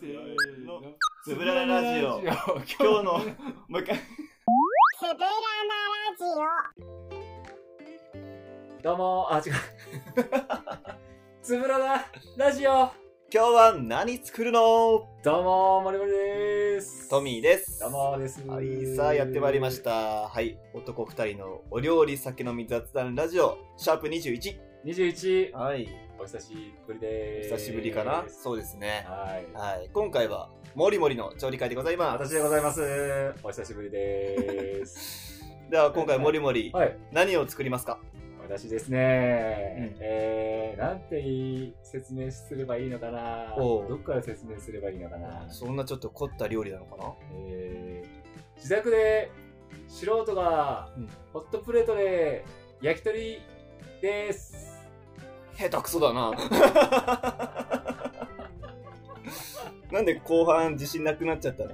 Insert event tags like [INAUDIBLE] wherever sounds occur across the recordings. せーの。つぶらなラジオ。今日の、もう一回。セブラナラジオ。どうも、あ、違う。 [LAUGHS] つぶらなラジオ。今日は何作るのどうも、もりもりです。トミーです。どうもです。はい、さあやってまいりまし。た。はい、男二人のお料理酒飲み雑談ラジオ、シャープ21。 21、はい、お久しぶりです。久しぶりかな、そうですね。はい。はい、今回は、もりもりの調理会でございます。私でございます。お久しぶ [LAUGHS] りです。では、今回もりもり、はい。何を作りますか私ですね、うんえー、なんていい説明すればいいのかなおうどっから説明すればいいのかなそんなちょっと凝った料理なのかなえー、自宅で素人がうんホットプレートで焼き鳥です。下手くそだな。 [LAUGHS] なんで後半自信なくなっちゃったの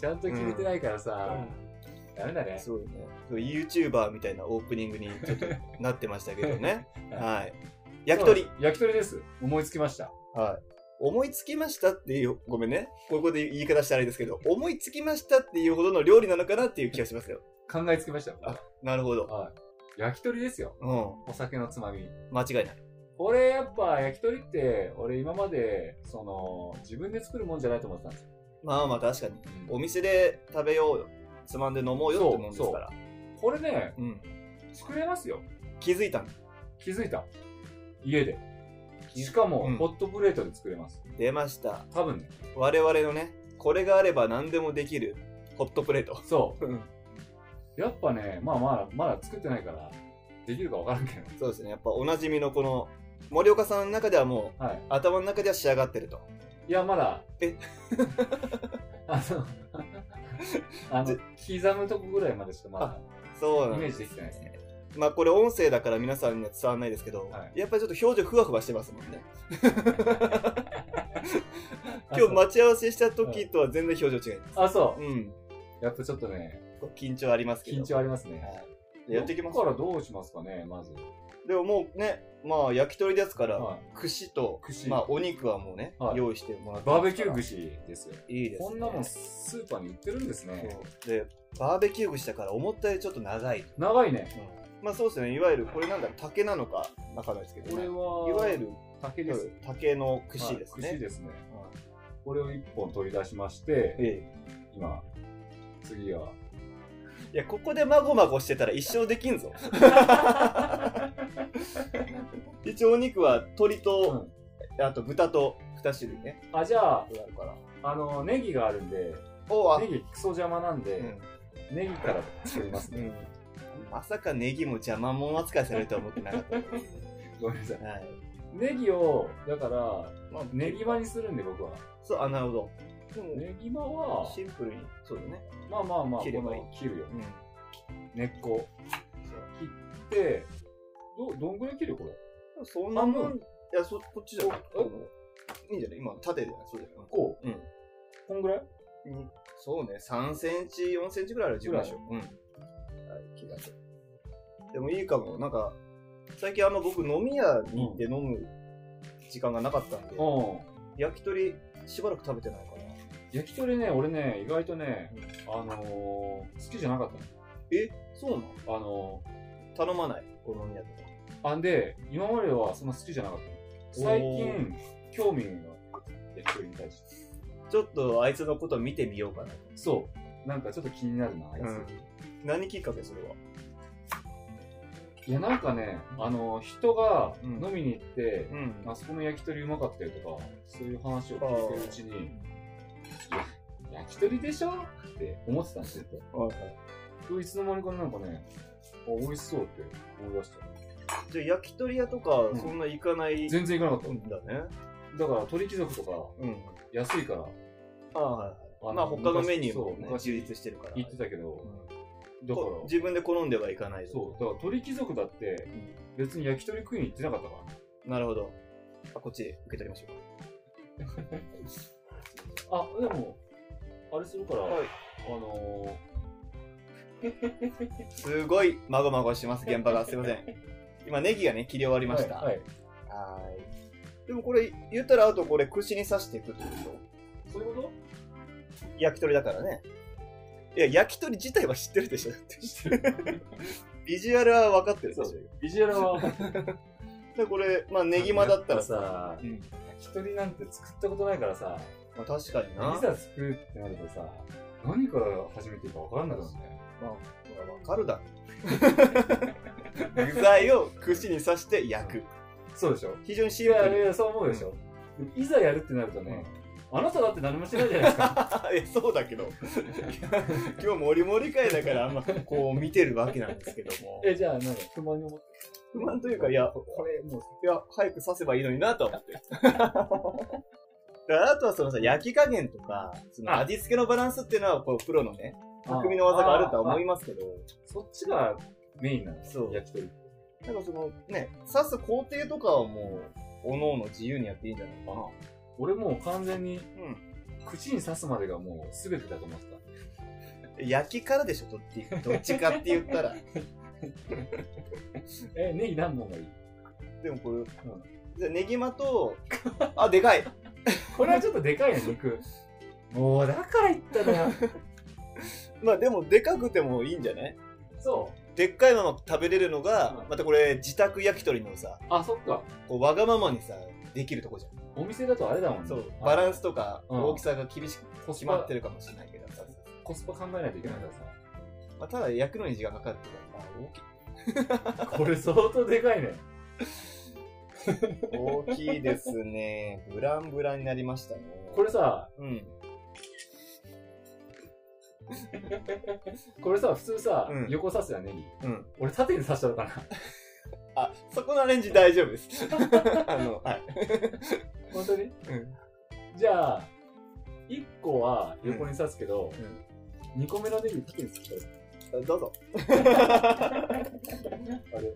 ちゃんと決めてないからさ、ダメだね。そうね。YouTuber みたいなオープニングにちょっとなってましたけどね。 [LAUGHS] はい。焼き鳥。そう焼き鳥です。思いつきました。はい。思いつきましたっていう、ごめんね。こういうことで言い方したらあれですけど、思いつきましたっていうほどの料理なのかなっていう気がしますよ。考えつきました。あなるほど。はい。焼き鳥ですよ。うお酒のつまみ。ん。間違いない。これやっぱ焼き鳥って、俺今まで、その、自分で作るもんじゃないと思ってたんですよ。まあまあ確かに。お店で食べようよ。つまんで飲もうよってもんですから。これね、うん。作れますよ。気づいたん気づいた。家で。しかも、うんホットプレートで作れます。出ました。多分ね。我々のね、これがあれば何でもできるホットプレート。そうんう。やっぱね、まあまあ、まだ作ってないから、できるかわからんけど。そうですね。やっぱおなじみのこの、森岡さんの中ではもう、はい。頭の中では仕上がってると。いや、まだ。え [LAUGHS] あの、 [LAUGHS] あの、ぜ刻むとこぐらいまでしかまそうだ、なイんメでーす。ジできてないですね。まあこれ音声だから皆さんには伝わらないですけど、はいやっぱりちょっと表情ふわふわしてますもんね。今日待ち合わせした時とは全然表情違います。あ、そううん。う。やっぱちょっとね、こう緊張ありますけど。緊張ありますね。やっていきますここからどうしますかね、まず。でももうね、まあ焼き鳥ですから、はい串と、串まあお肉はもうね、はい用意してもらってますからバーベキュー串ですよ。いいですね。こんなもんスーパーに売ってるんですね。そうで、バーベキュー串だから思ったよりちょっと長い。長いね。まあそうですね、いわゆるこれなんだろう、竹なのか、わかんないですけど、こねれ、は、いわゆる竹です。竹の串ですはいね串。ですね。これを一本取り出しまして、え今、次は。えいや、ここでまごまごしてたら一生できん [LAUGHS] ぞ。一応お肉は鶏うと、んあと豚と2種類ね、あ、じゃあ、あるから。あの、ネギがあるんで、おあ、ネギクソ邪魔なんで、うんネギから作ります [LAUGHS] ね。うんまさかネギも邪魔者扱いされるとは思ってなかった。ごめんなさい。はい。ネギを、だから、まあネギ場にするんで僕は。そう、あ、なるほど。でも、ネギ場は、シンプルに、そうだね。まあまあまあ、切ればいいこの切るよ。うん。根っこ。切って、ど、どんぐらい切るこれ。そんなも半ん。分いや、そ、こっちじゃない。おえいいんじゃない今、縦じゃないそうだよ。こう。うんこんぐらいうんそうね、3センチ、4センチぐらいある十分でしょ。うん。はい、気がする。でもいいかも。なんか、最近あんま僕飲み屋に行って飲む時間がなかったんで、うん。焼き鳥しばらく食べてないかな。焼き鳥ね、俺ね、意外とね、あのー、好きじゃなかったえ、そうなのの。あの頼まないお飲み屋とか。ー、あんで、今まではそんな好きじゃなかったの。最おー近、興味があって焼き鳥に対して。ちょっとあいつのこと見てみようかな。そう。なんかちょっと気になるな、あいつ。うん何きっかけそれは。いや、なんかね、あのー、人がうん飲みに行って、んあそこの焼き鳥うまかったよとか、そういう話を聞いてるうちに、いや、焼き鳥でしょって思ってたんですよ。いつの間にかなんかね、あ、美味しそうって思い出した。じゃあ焼き鳥屋とか、んそんな行かないんだね。全然行かなかっうた。だから鳥貴族とかん。安いから。ああ、はいはい。のまあ他のメニューもそうね、昔充実してるから。行ってたけど、だからこ、自分で好んではいかないぞそう、だから鳥貴族だってん、別に焼き鳥食いに行ってなかったから。なるほどあこっち受け取りましょあ、でも、あれするかうら、かはいあのすごいまごまごしてます現場がすいません今ネギがね切り終わりー、ましたはい。はいはーいでもこれ、言ったらあとこれ串に刺していくってことそういうこ焼き鳥だからね。いや、焼き鳥自体は知ってるでしょだってとしてる。 [LAUGHS] ビジュアルは分かってるでしょそビジュアルは。で、これ、まあ、ネギマだったらさ。さ、うん。焼き鳥なんて作ったことないからさ、まあ、確かにいな。ざ作るってなるとさ、何から始めていいか分からなくなるね。まあ、分かる [LAUGHS] だろ。具材を串に刺して焼く。そうでしょ非常にシいンプやいル。や、そう思うでしょ。でもいざやるってなるとね、あなただって何もしてないじゃないですか。いやそうだけど。 [LAUGHS] 今日もりもり会だから、あんまこう見てるわけなんですけども。え、じゃあ何不満に思って不満というか、いや、これもう、いや、早く刺せばいいのになとは思ってる。だからあとはそのさ、焼き加減とか、そのあ味付けのバランスっていうのは、こう、プロのね、匠の技があるとは思いますけど、そっちがメインなんですそう焼き鳥。なんかそのね、刺す工程とかはもう、おのおの自由にやっていいんじゃないかな。俺もう完全に、うん口に刺すまでがもう全てだと思ってた。焼きからでしょ、どっち、どっちかって言ったら。え、ネギ何本がいい [LAUGHS] でもこれ、じゃあネギマと、 [LAUGHS] あ、でかい。これはちょっとでかいね、肉。もう、だから言ったのよ。まあでも、でかくてもいいんじゃないそでっかいまま食べれるのがう、んまたこれ、自宅焼き鳥のさう。、あ、そっか。こう、わがままにさ、できるとこじゃん。お店だとあれだもんね。そう、あバランスとかうん大きさが厳しくコス決まパってるかもしれないけどさ、コスパ考えないといけないからまあ、ただ焼くのに時間かかるっていうさ。 [LAUGHS] これ相当でかいね。のは大きい。大きいですね。ブランブランになりましたね。これさ、うん。これさ、普通さ、うん横刺すやん、ネギ。うん俺縦に刺したのかな。 [LAUGHS] あ、そこのアレンジ大丈夫です。 [LAUGHS] あの、はい。本当にうんじゃあ、1個は横に刺すけど、2個目のネギ縦に刺したらどうぞ。あれ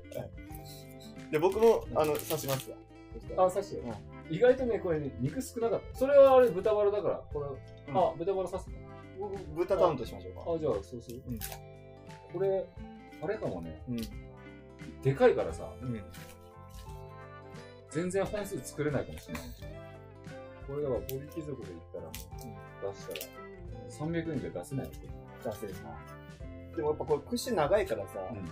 で、僕も、あの、刺しますわ。あ、刺してよ。意外とね、これね、肉少なかった。それはあれ、豚バラだから、これ、うんあ、豚バラ刺すの僕、豚カウントしましょうか。あ、じゃあ、そうする。うんこれ、あれかもね、うん。でかいからさ、うん。全然本数作れないかもしれない。これだから、鳥貴族で言ったらもう、出したら、300円じゃ出せないわけ。出せるな。でもやっぱこれ、串長いからさ、うん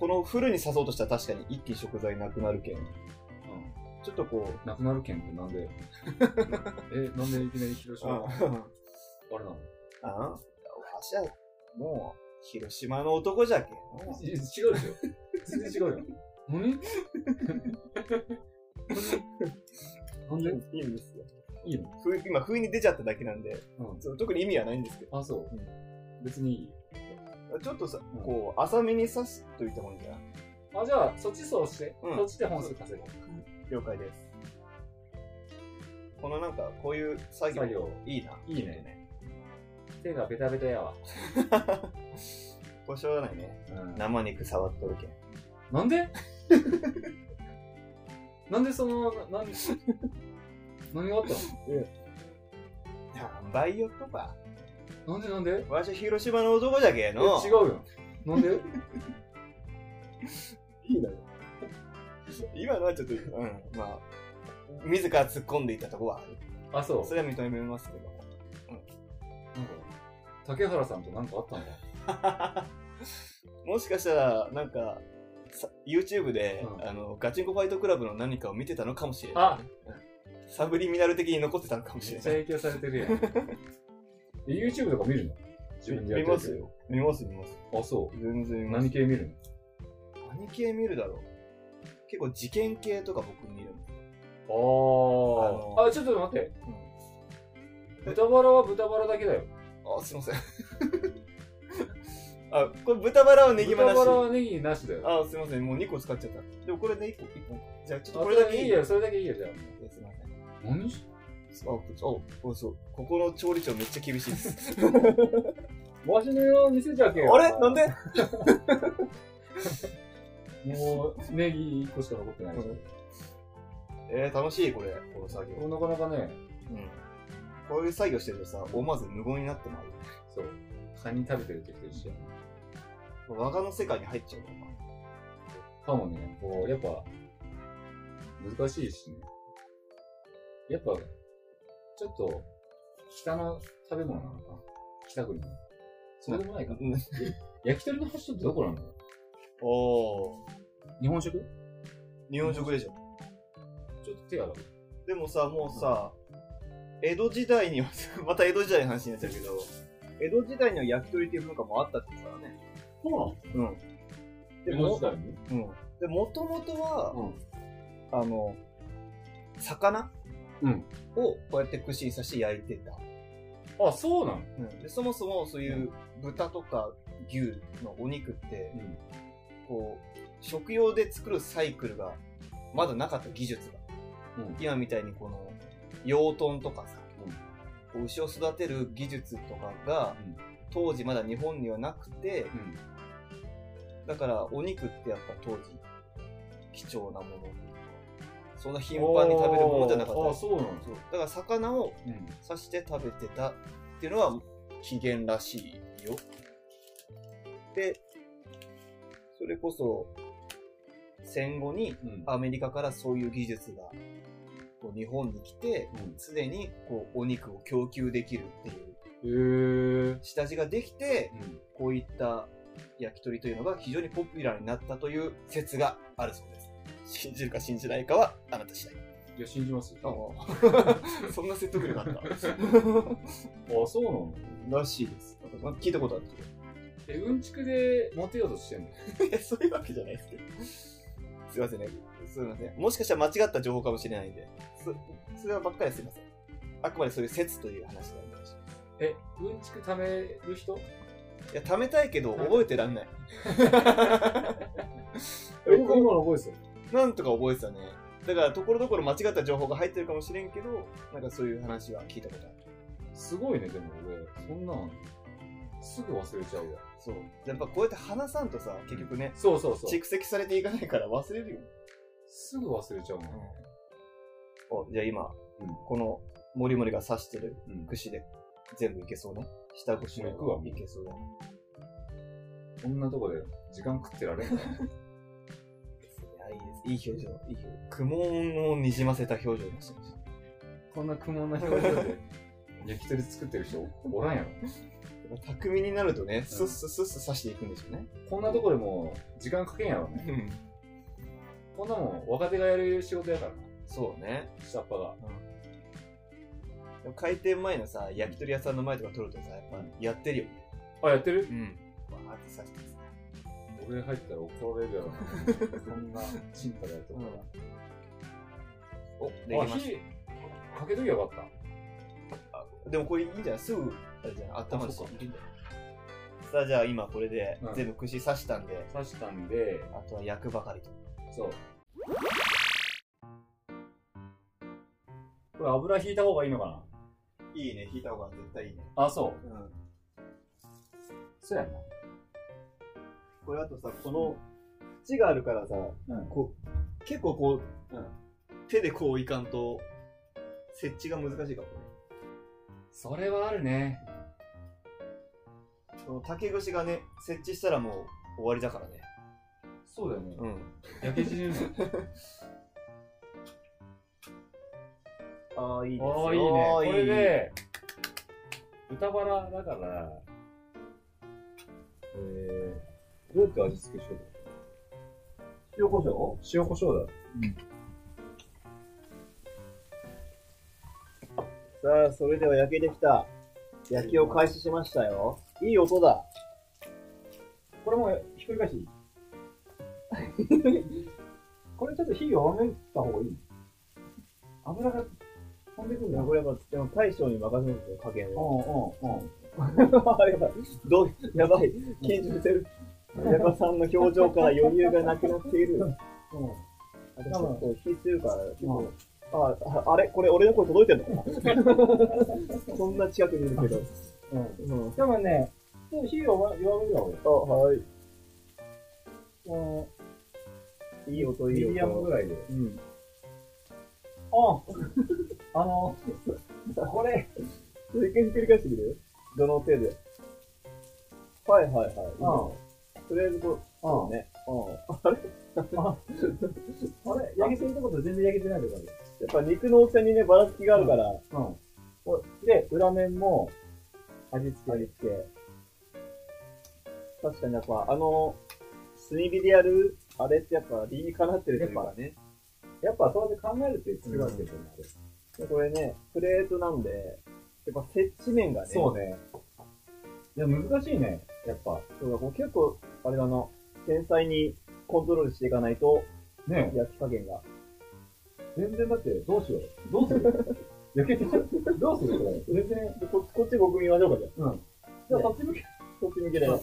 このフルに刺そうとしたら確かに一気に食材なくなるけん。ちょっとこう、なくなるけんってなん [LAUGHS] でえ、なんでいきなり広島ああれなのあわしは、もう、広島の男じゃけん。い違うでしょ全然違うよ。何なんでいいんですよ。いいのふい今、不意に出ちゃっただけなんで、うそう特に意味はないんですけど。ん。あ、そう。別にいいよ。ちょっとさう、んこう、浅めに刺すといったもんじゃん。あ、じゃあ、そっちそうして、うんそっちで本数稼ごう。了解です。このなんか、こういう作業、作業。いいな。いいね。手がベタベタやわ。これしょうがないね。うん生肉触っとるけん。なんで [LAUGHS] なんでその、なんで、何があった何倍よとか。のなんでなんでわしは広島の男じゃけんえの。違うよ。なんでいいのよ。今のはちょっと、うん、まあ、自ら突っ込んでいったとこはある。あ、そう。それは認めますけど [LAUGHS] も。なんか、竹原さんとなんかあったんだ。もしかしたら、なんか、さ YouTube で、うんあの、ガチンコファイトクラブの何かを見てたのかもしれない。あサブリミナル的に残ってたのかもめっしれちゃない。影響されてるやん。え YouTube とか見るの自分でやって見るますよ。見ます見ます。あ、そ全然う。見ます。何系見る何系見るだろう結構事件系とか僕見るの。のあー。あ、ちょっと待って。豚バラは豚バラだけだよ。あ、すいません。 [LAUGHS] あ、これ豚バラをネギまなし。豚バラはネギなしだよ。あ、すいません。もう2個使っちゃった。でもこれで1個、1本。じゃあちょっとあこれだけいいいいよ、それだけいいよ、じゃあ。すいません。何あ、こお、そう。ここの調理長めっちゃ厳しい [LAUGHS] です。わしのよう見せちゃけよ。あれなんでもう、ネギ1個しか残ってないでしょ。えー、楽しいこれ、この作業。これなかなかね、うん。こういう作業してるとさ、思わず無言になってまうよ。そう。カニ食べてる時と一緒やな。我がの世界に入っちゃうからなかもね、こう、やっぱ、難しいしね。やっぱ、ちょっと、北の食べ物なのかな北国の。そうでもないかな。うん焼き鳥の発祥ってどこなのおー。日本食日本食でしょ。ちょっと手洗う。でもさ、もうさ、江戸時代には、 [LAUGHS] また江戸時代の話になっちゃうけど、江戸時代には焼き鳥っていう文化もあったって言うからね。そうなのうん。で江戸も時、代にうん。で、もともとは、うあの、魚うんをこうやって串に刺して焼いてた。ん。あ、そうなのでそもそもそういう豚とか牛のお肉って、うんこう、食用で作るサイクルが、まだなかった技術が。うん今みたいにこの、養豚とかさ、うんこう牛を育てる技術とかが、うん当時まだ日本にはなくて、だからお肉ってやっぱ当時、貴重なもの。そんな頻繁に食べるものじゃなかった。あ、そうなのそうだから魚をうん。刺して食べてたっていうのは起源らしいよ。で、それこそ戦後にうん。アメリカからそういう技術がこう日本に来て、うんすでにこうお肉を供給できるっていうへぇー。下地ができて、うん。こういった焼き鳥というのが非常にポピュラーになったという説があるそうです。信じるか信じないかはあなた次第。いや、信じますよ。 [LAUGHS] そんな説得力あった。あ、そうなのらしいです。なんか聞いたことあるけど。え、うんちくでモテようとしてんのいや、 [LAUGHS] そういうわけじゃないですけど。すいませんね。すいません。もしかしたら間違った情報かもしれないんで。そ、それはばっかりはすいません。あくまでそういう説という話でありましえ、うんちく貯める人た。いや、貯めたいけど覚えてら [LAUGHS] んない。僕今の覚えですよ。なんとか覚えてたね。だから、ところどころ間違った情報が入ってるかもしれんけど、なんかそういう話は聞いたことある。すごいね、でも俺、そんなん、すぐ忘れちゃうわ。そう。やっぱこうやって話さんとさ、結局ね、そうそうそう。蓄積されていかないから忘れるよ。すぐ忘れちゃうもんね。おじゃあ今、うんこの、もりもりが刺してるうん串で全部いけそうね。下串のもういくわもういけそうだね。こんなとこで時間食ってられんから。いいです。いい表情。いい表情。苦悶をにじませた表情でした。 [LAUGHS] こんな苦悶な表情で [LAUGHS] 焼き鳥作ってる人おらんやろ。巧みになるとね、スッスッスッスッ刺していくんでしょうね。こんなとこでもう時間かけんやろね。こんなもん若手がやる仕事やからな。そうね。下っ端が。でも開店前のさ、焼き鳥屋さんの前とか撮るとさ、やっぱやってるよね。あ、やってるうん。わーって刺してさ。俺入ったら怒られる [LAUGHS] やろな。こんなチンタでやるとこお、できあ、まし。火、かけときゃよかったでもこれいいんじゃないすぐ、あれじゃないた。頭あにそうか。さあじゃあ今これでうん全部串刺したんで、刺したんで、あとは焼くばかりと。そう。これ油引いた方がいいのかいいね、引いた方が絶対いいね。なあ、そう。うん。そうやんな。これあとさ、この、縁があるからさ、うんこう、結構こう、手でこういかんと、設置が難しいかもね。それはあるね。その竹串がね、設置したらもう終わりだからね。そうだよね。ん。焼け縮む。ああ、いいですよ。おー、いいね。こあーれ。で、豚バラだから、えー、どうやって味付けしよ塩コショウう塩コショウだ。さあ、それでは焼けてきた。焼きを開始しましたよ。いい音だ。これもひっくり返 [LAUGHS] していいこれちょっと火弱めた方がいい油が飛んでくるな。これは、でも大将に任せるんですよ、加減うを。んうんうん。 [LAUGHS] あやばい。どう、やばい。緊張してる。矢場さんの表情から余裕がなくなっている。うんあでも結構火強いから、結う構。あ、ああれこれ俺の声届いてんの [LAUGHS] そんな近くにいるけど。うん、うん。でもね、ちょっと火を弱めた方がいい。あ、はい。うんいい音、ミいいディアムぐ音。らいで。うん。あ、あの、これ、ちょっと一回ひっくり返してみるどの手で。はいはいはい。うん。とりあえずこう、うんね。うん。あれ焼けてるとこと全然焼けてないとこある。やっぱ肉の大きさにね、ばらつきがあるから、うん。で、裏面も、味付け。味付け。確かにやっぱ、あの、炭火でやる、あれってやっぱ理にかなってるというかね。やっぱそうやって考えると違うんですよね。でこれね、プレートなんで、やっぱ接地面がね、そうね。いや、難しいね。やっぱ。そうだこう結構、あれだな、繊細にコントロールしていかないと、ね焼き加減が。全然だって、どうしよう。どうする焼けてきちゃう。どうするこれ。全然。でここっちご組みましょうか、じゃあ。じゃあ、こっち向け。こっち向けで。う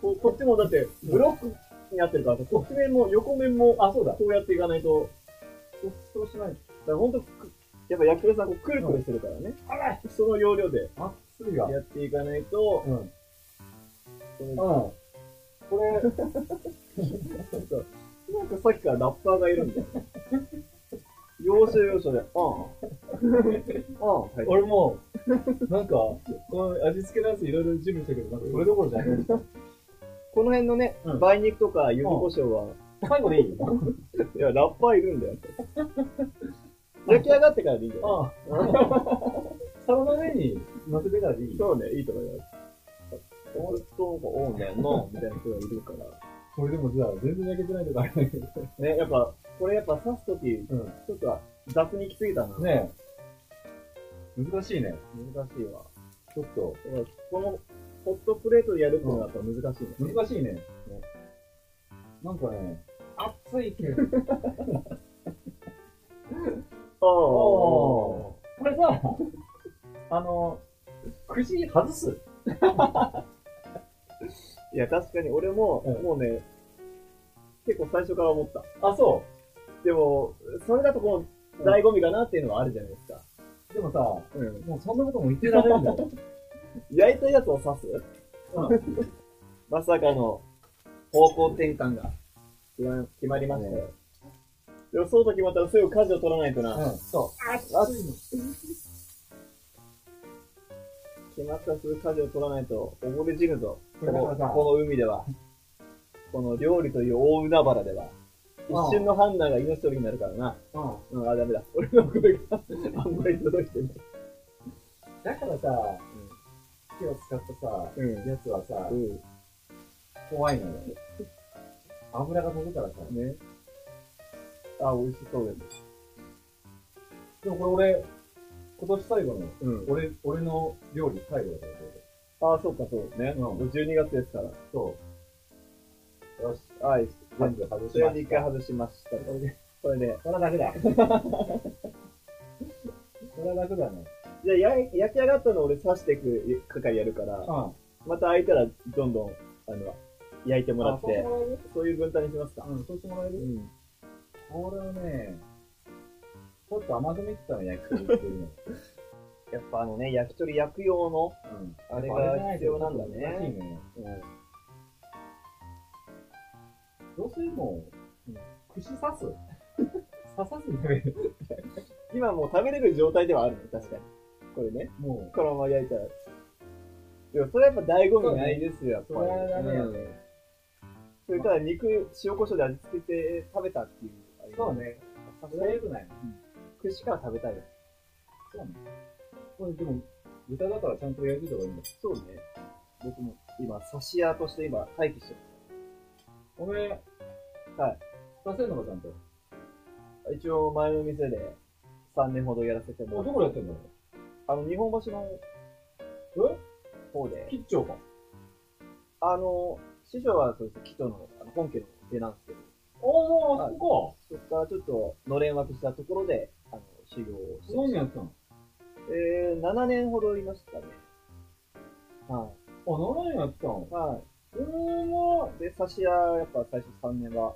ここっちもだって、ブロックになってるから、こっち面も横面も、あ、そうだ、こうやっていかないと、ん。そうしないだと。からほんと、くやっぱ焼き鳥さん、こう、くるくるするからね。あらその要領であっついが。やっていかないと、うん。うん。このこれ、なんか、なんかさっきからラッパーがいるんだよ。要所要所で、うん。うん。はい。俺も、なんか、この味付けのやついろいろ準備したけど、なんかこれどころじゃない。この辺のね、うん梅肉とか柚子胡椒は、最後でい [LAUGHS] いいや、ラッパーいるんだよ。焼き上がってからでいいんだよ。ああ。サラダの上に乗せてからでいいそうね、いいと思います。本当、オーナーの、みたいな人がいるから。これでもじゃあ、全然焼けてないとかあれだけど。ね、やっぱ、これやっぱ刺すとき、うん。ちょっと雑に行きすぎたな。ねえ。難しいね。難しいわ。ちょっと。だからこの、ホットプレートでやるっていうのはやっぱ難しいね。難しいね。なんかね、熱いけど。ああこれさ、あの、くじ外す。いや、確かに俺も、うんもうね、結構最初から思った。あ、そでも、それだとこの、醍醐味かなっていうのはあるじゃないですか。う。でもさ、もうん。うそんなことも言ってられるんだ [LAUGHS] よ。焼いたやつを刺す、 [LAUGHS] まさかの方向転換が決ま決まりましたよ。でもそうと決まったらすぐ舵を取らないとな。うん、そ熱いの。決まったらすぐ舵を取らないと溺れ死ぬぞ。これだからさこのこの海では。この料理という大海原では。ああ一瞬の判断が命取りになるからな。う。うん。うん、あ、ダメだ。俺の声があんまり届いてない。だからさ、火を使ったさ、うん。やつはさ、うん。怖いのよ。油が飛ぶからさ。ね。あ、美味しそうです。でもこれ俺、今年最後の、うん。俺、俺の料理最後だから、こあ、そうか、そうですね。うんもう12月ですから。れそう。よし、はい。全部外そしれまで一し回た。外しました。これで。これで。それは楽だ。それは楽だね。じゃあや、焼き上がったの俺刺していく係やるから、うん。また開いたらどんどん、あの、焼いてもらって、そういう分担にしますか。うん、そうしてもらえうるん。これはね、ちょっと甘く見てたの焼き鳥っていうの。やっぱあのね、焼き鳥焼く用の、うん。あれが必要なんだやっぱあれじね。ゃないと難しいね。うん。どうせもううん、串 [LAUGHS] 刺す刺さずに食べる。今もう食べれる状態ではあるね、確かに。これね。もう、このまま焼いたら。でもそれやっぱ醍醐味ないですよ、やっぱり。それはダメやねうんそれから肉、塩コショウで味付けて食べたっていう。そう。ね。それは良くない。串から食べたいよ。そうね。これでも、豚だからちゃんと焼いてた方がいいんだ。そうね。僕も今、刺し屋として今、待機してる。おめえ、はい。出せるのかちゃんと。一応、前の店で3年ほどやらせてもどらっこでやってんだろあの、日本橋のう方えで、吉兆か。あの、師匠はそうです、木戸のあの本家の出なんですけど、おー、あそこそこからちょっと、のれん分けしたところで、あの、修行をか。してま何した。年やってたのえー、7年ほどいましたね。はあ、7年やってたのい。はい。おー、もで、刺し屋、やっぱ最初3年は、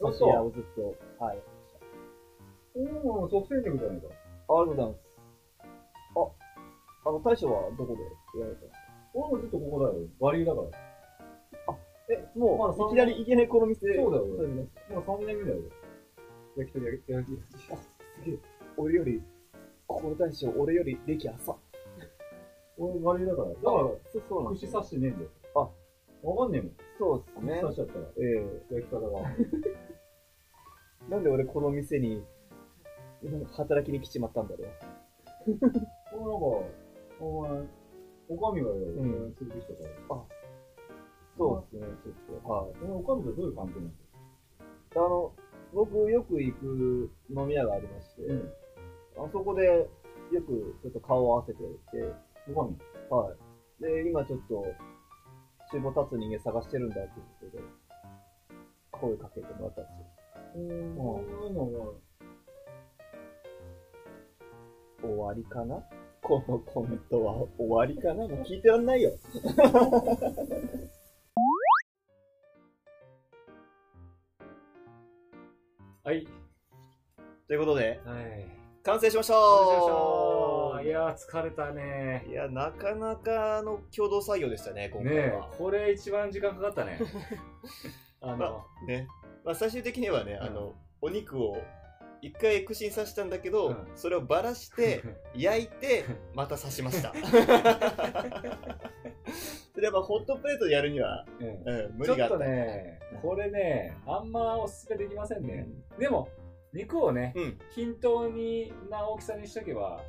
あ刺し屋をずっと、はい、やってました。う、おー、即戦力じゃないありか。がとうございます。あ、あの、大将はどこでやられたんです俺もずっとここだよ。割りだから。かえ、もう、まだそんいきなり、いきなりこの店そうだよ、そう俺。ですねもう3年目だよ。焼き鳥焼き焼き鳥。すげえ。俺より、ここの大将、俺より歴浅。俺割りだから。だから、そうそうなんです串ね刺してねえんだよ。あ、わかんねえもん。そうですね串。刺しちゃったら。ええ焼き方が。なんで俺この店に、働きに来ちまったんだろこれなんか、お前、おかみがよ、ん連れてきたから。そうですね、ちょっと。はい。お前、おかみとどういう関係なのあの、僕よく行く飲み屋がありまして、うんあそこでよくちょっと顔を合わせてて、おかみ。はい。で、今ちょっと、厨房立つ人間探してるんだって言ってて、声かけてもらったんですうんああそういうのも、よ。終わりかな [LAUGHS] このコメントは終わりかなもう聞いてらんないよ。はい。ということで、はい。完成しましたよいしょいやー、疲れたねいや、なかなかの共同作業でしたね、今ね回えは。、これ一番時間かかったね。あの、ね。まあ、最終的にはね、あの、お肉を一回苦心させたんだけど、うんそれをばら [LAUGHS] して、焼いて、また刺しました。それやっぱホットプレートでやるには、うんうん、無ちょ理があっったと。ね、これね、あんまおすすめできませんね。でも、肉をね、うん、均等にな大きさにしとけば、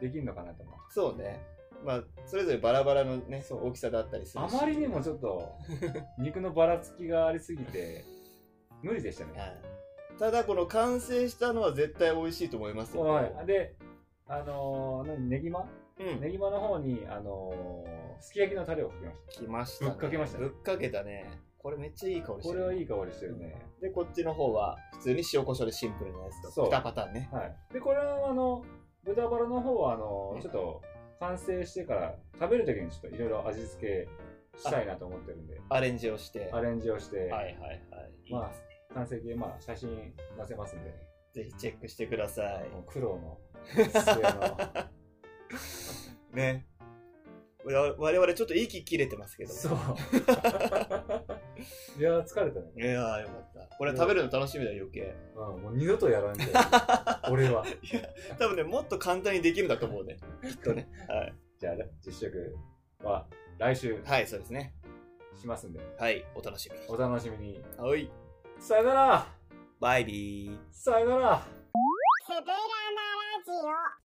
できるのかなと思う。そうね。まあ、それぞれバラバラのね、そう大きさだったりするあし。まりにもちょ [LAUGHS] っと、肉のばらつきがありすぎて、無理でしたね。はいただ、この完成したのは絶対美味しいと思いますよ。はい。で、あのー、何、ネギマうん。ネギマの方に、あのー、すき焼きのタレをかけましきましたね。ぶっかけましたねぶっかけたね。これめっちゃいい香りした。てこる。れはいい香りしてるね。で、こっちの方は、普通に塩コショウでシンプルなやつそと、う2パターンね。はい。で、これは、あの、豚バラの方は、あの、ちょっと、完成してから、食べるときにちょっといろいろ味付けしたいなと思ってるんで、アレンジをして。アはレンジをして、いはいはい。まあ、完成形、まあ、写真載せますんで、ぜひチェックしてくださあの苦労 [LAUGHS] の末の、い。ね。我我々ちょっと息切れてますけど。 [LAUGHS] そう。いやー、疲れたね。いやーよかった。これ食べるの楽しみだよ、余 [LAUGHS] 計。うん、もう二度とやらん [LAUGHS] けど、俺は。多分ね、もっと簡単にできるんだと思うね。きっとね。はい。じゃあ、実食は来週はい、そうですね。しますんで、はい、お楽しみに。お楽しみに。はい。さよならバイビー。さよならすべらなラジオ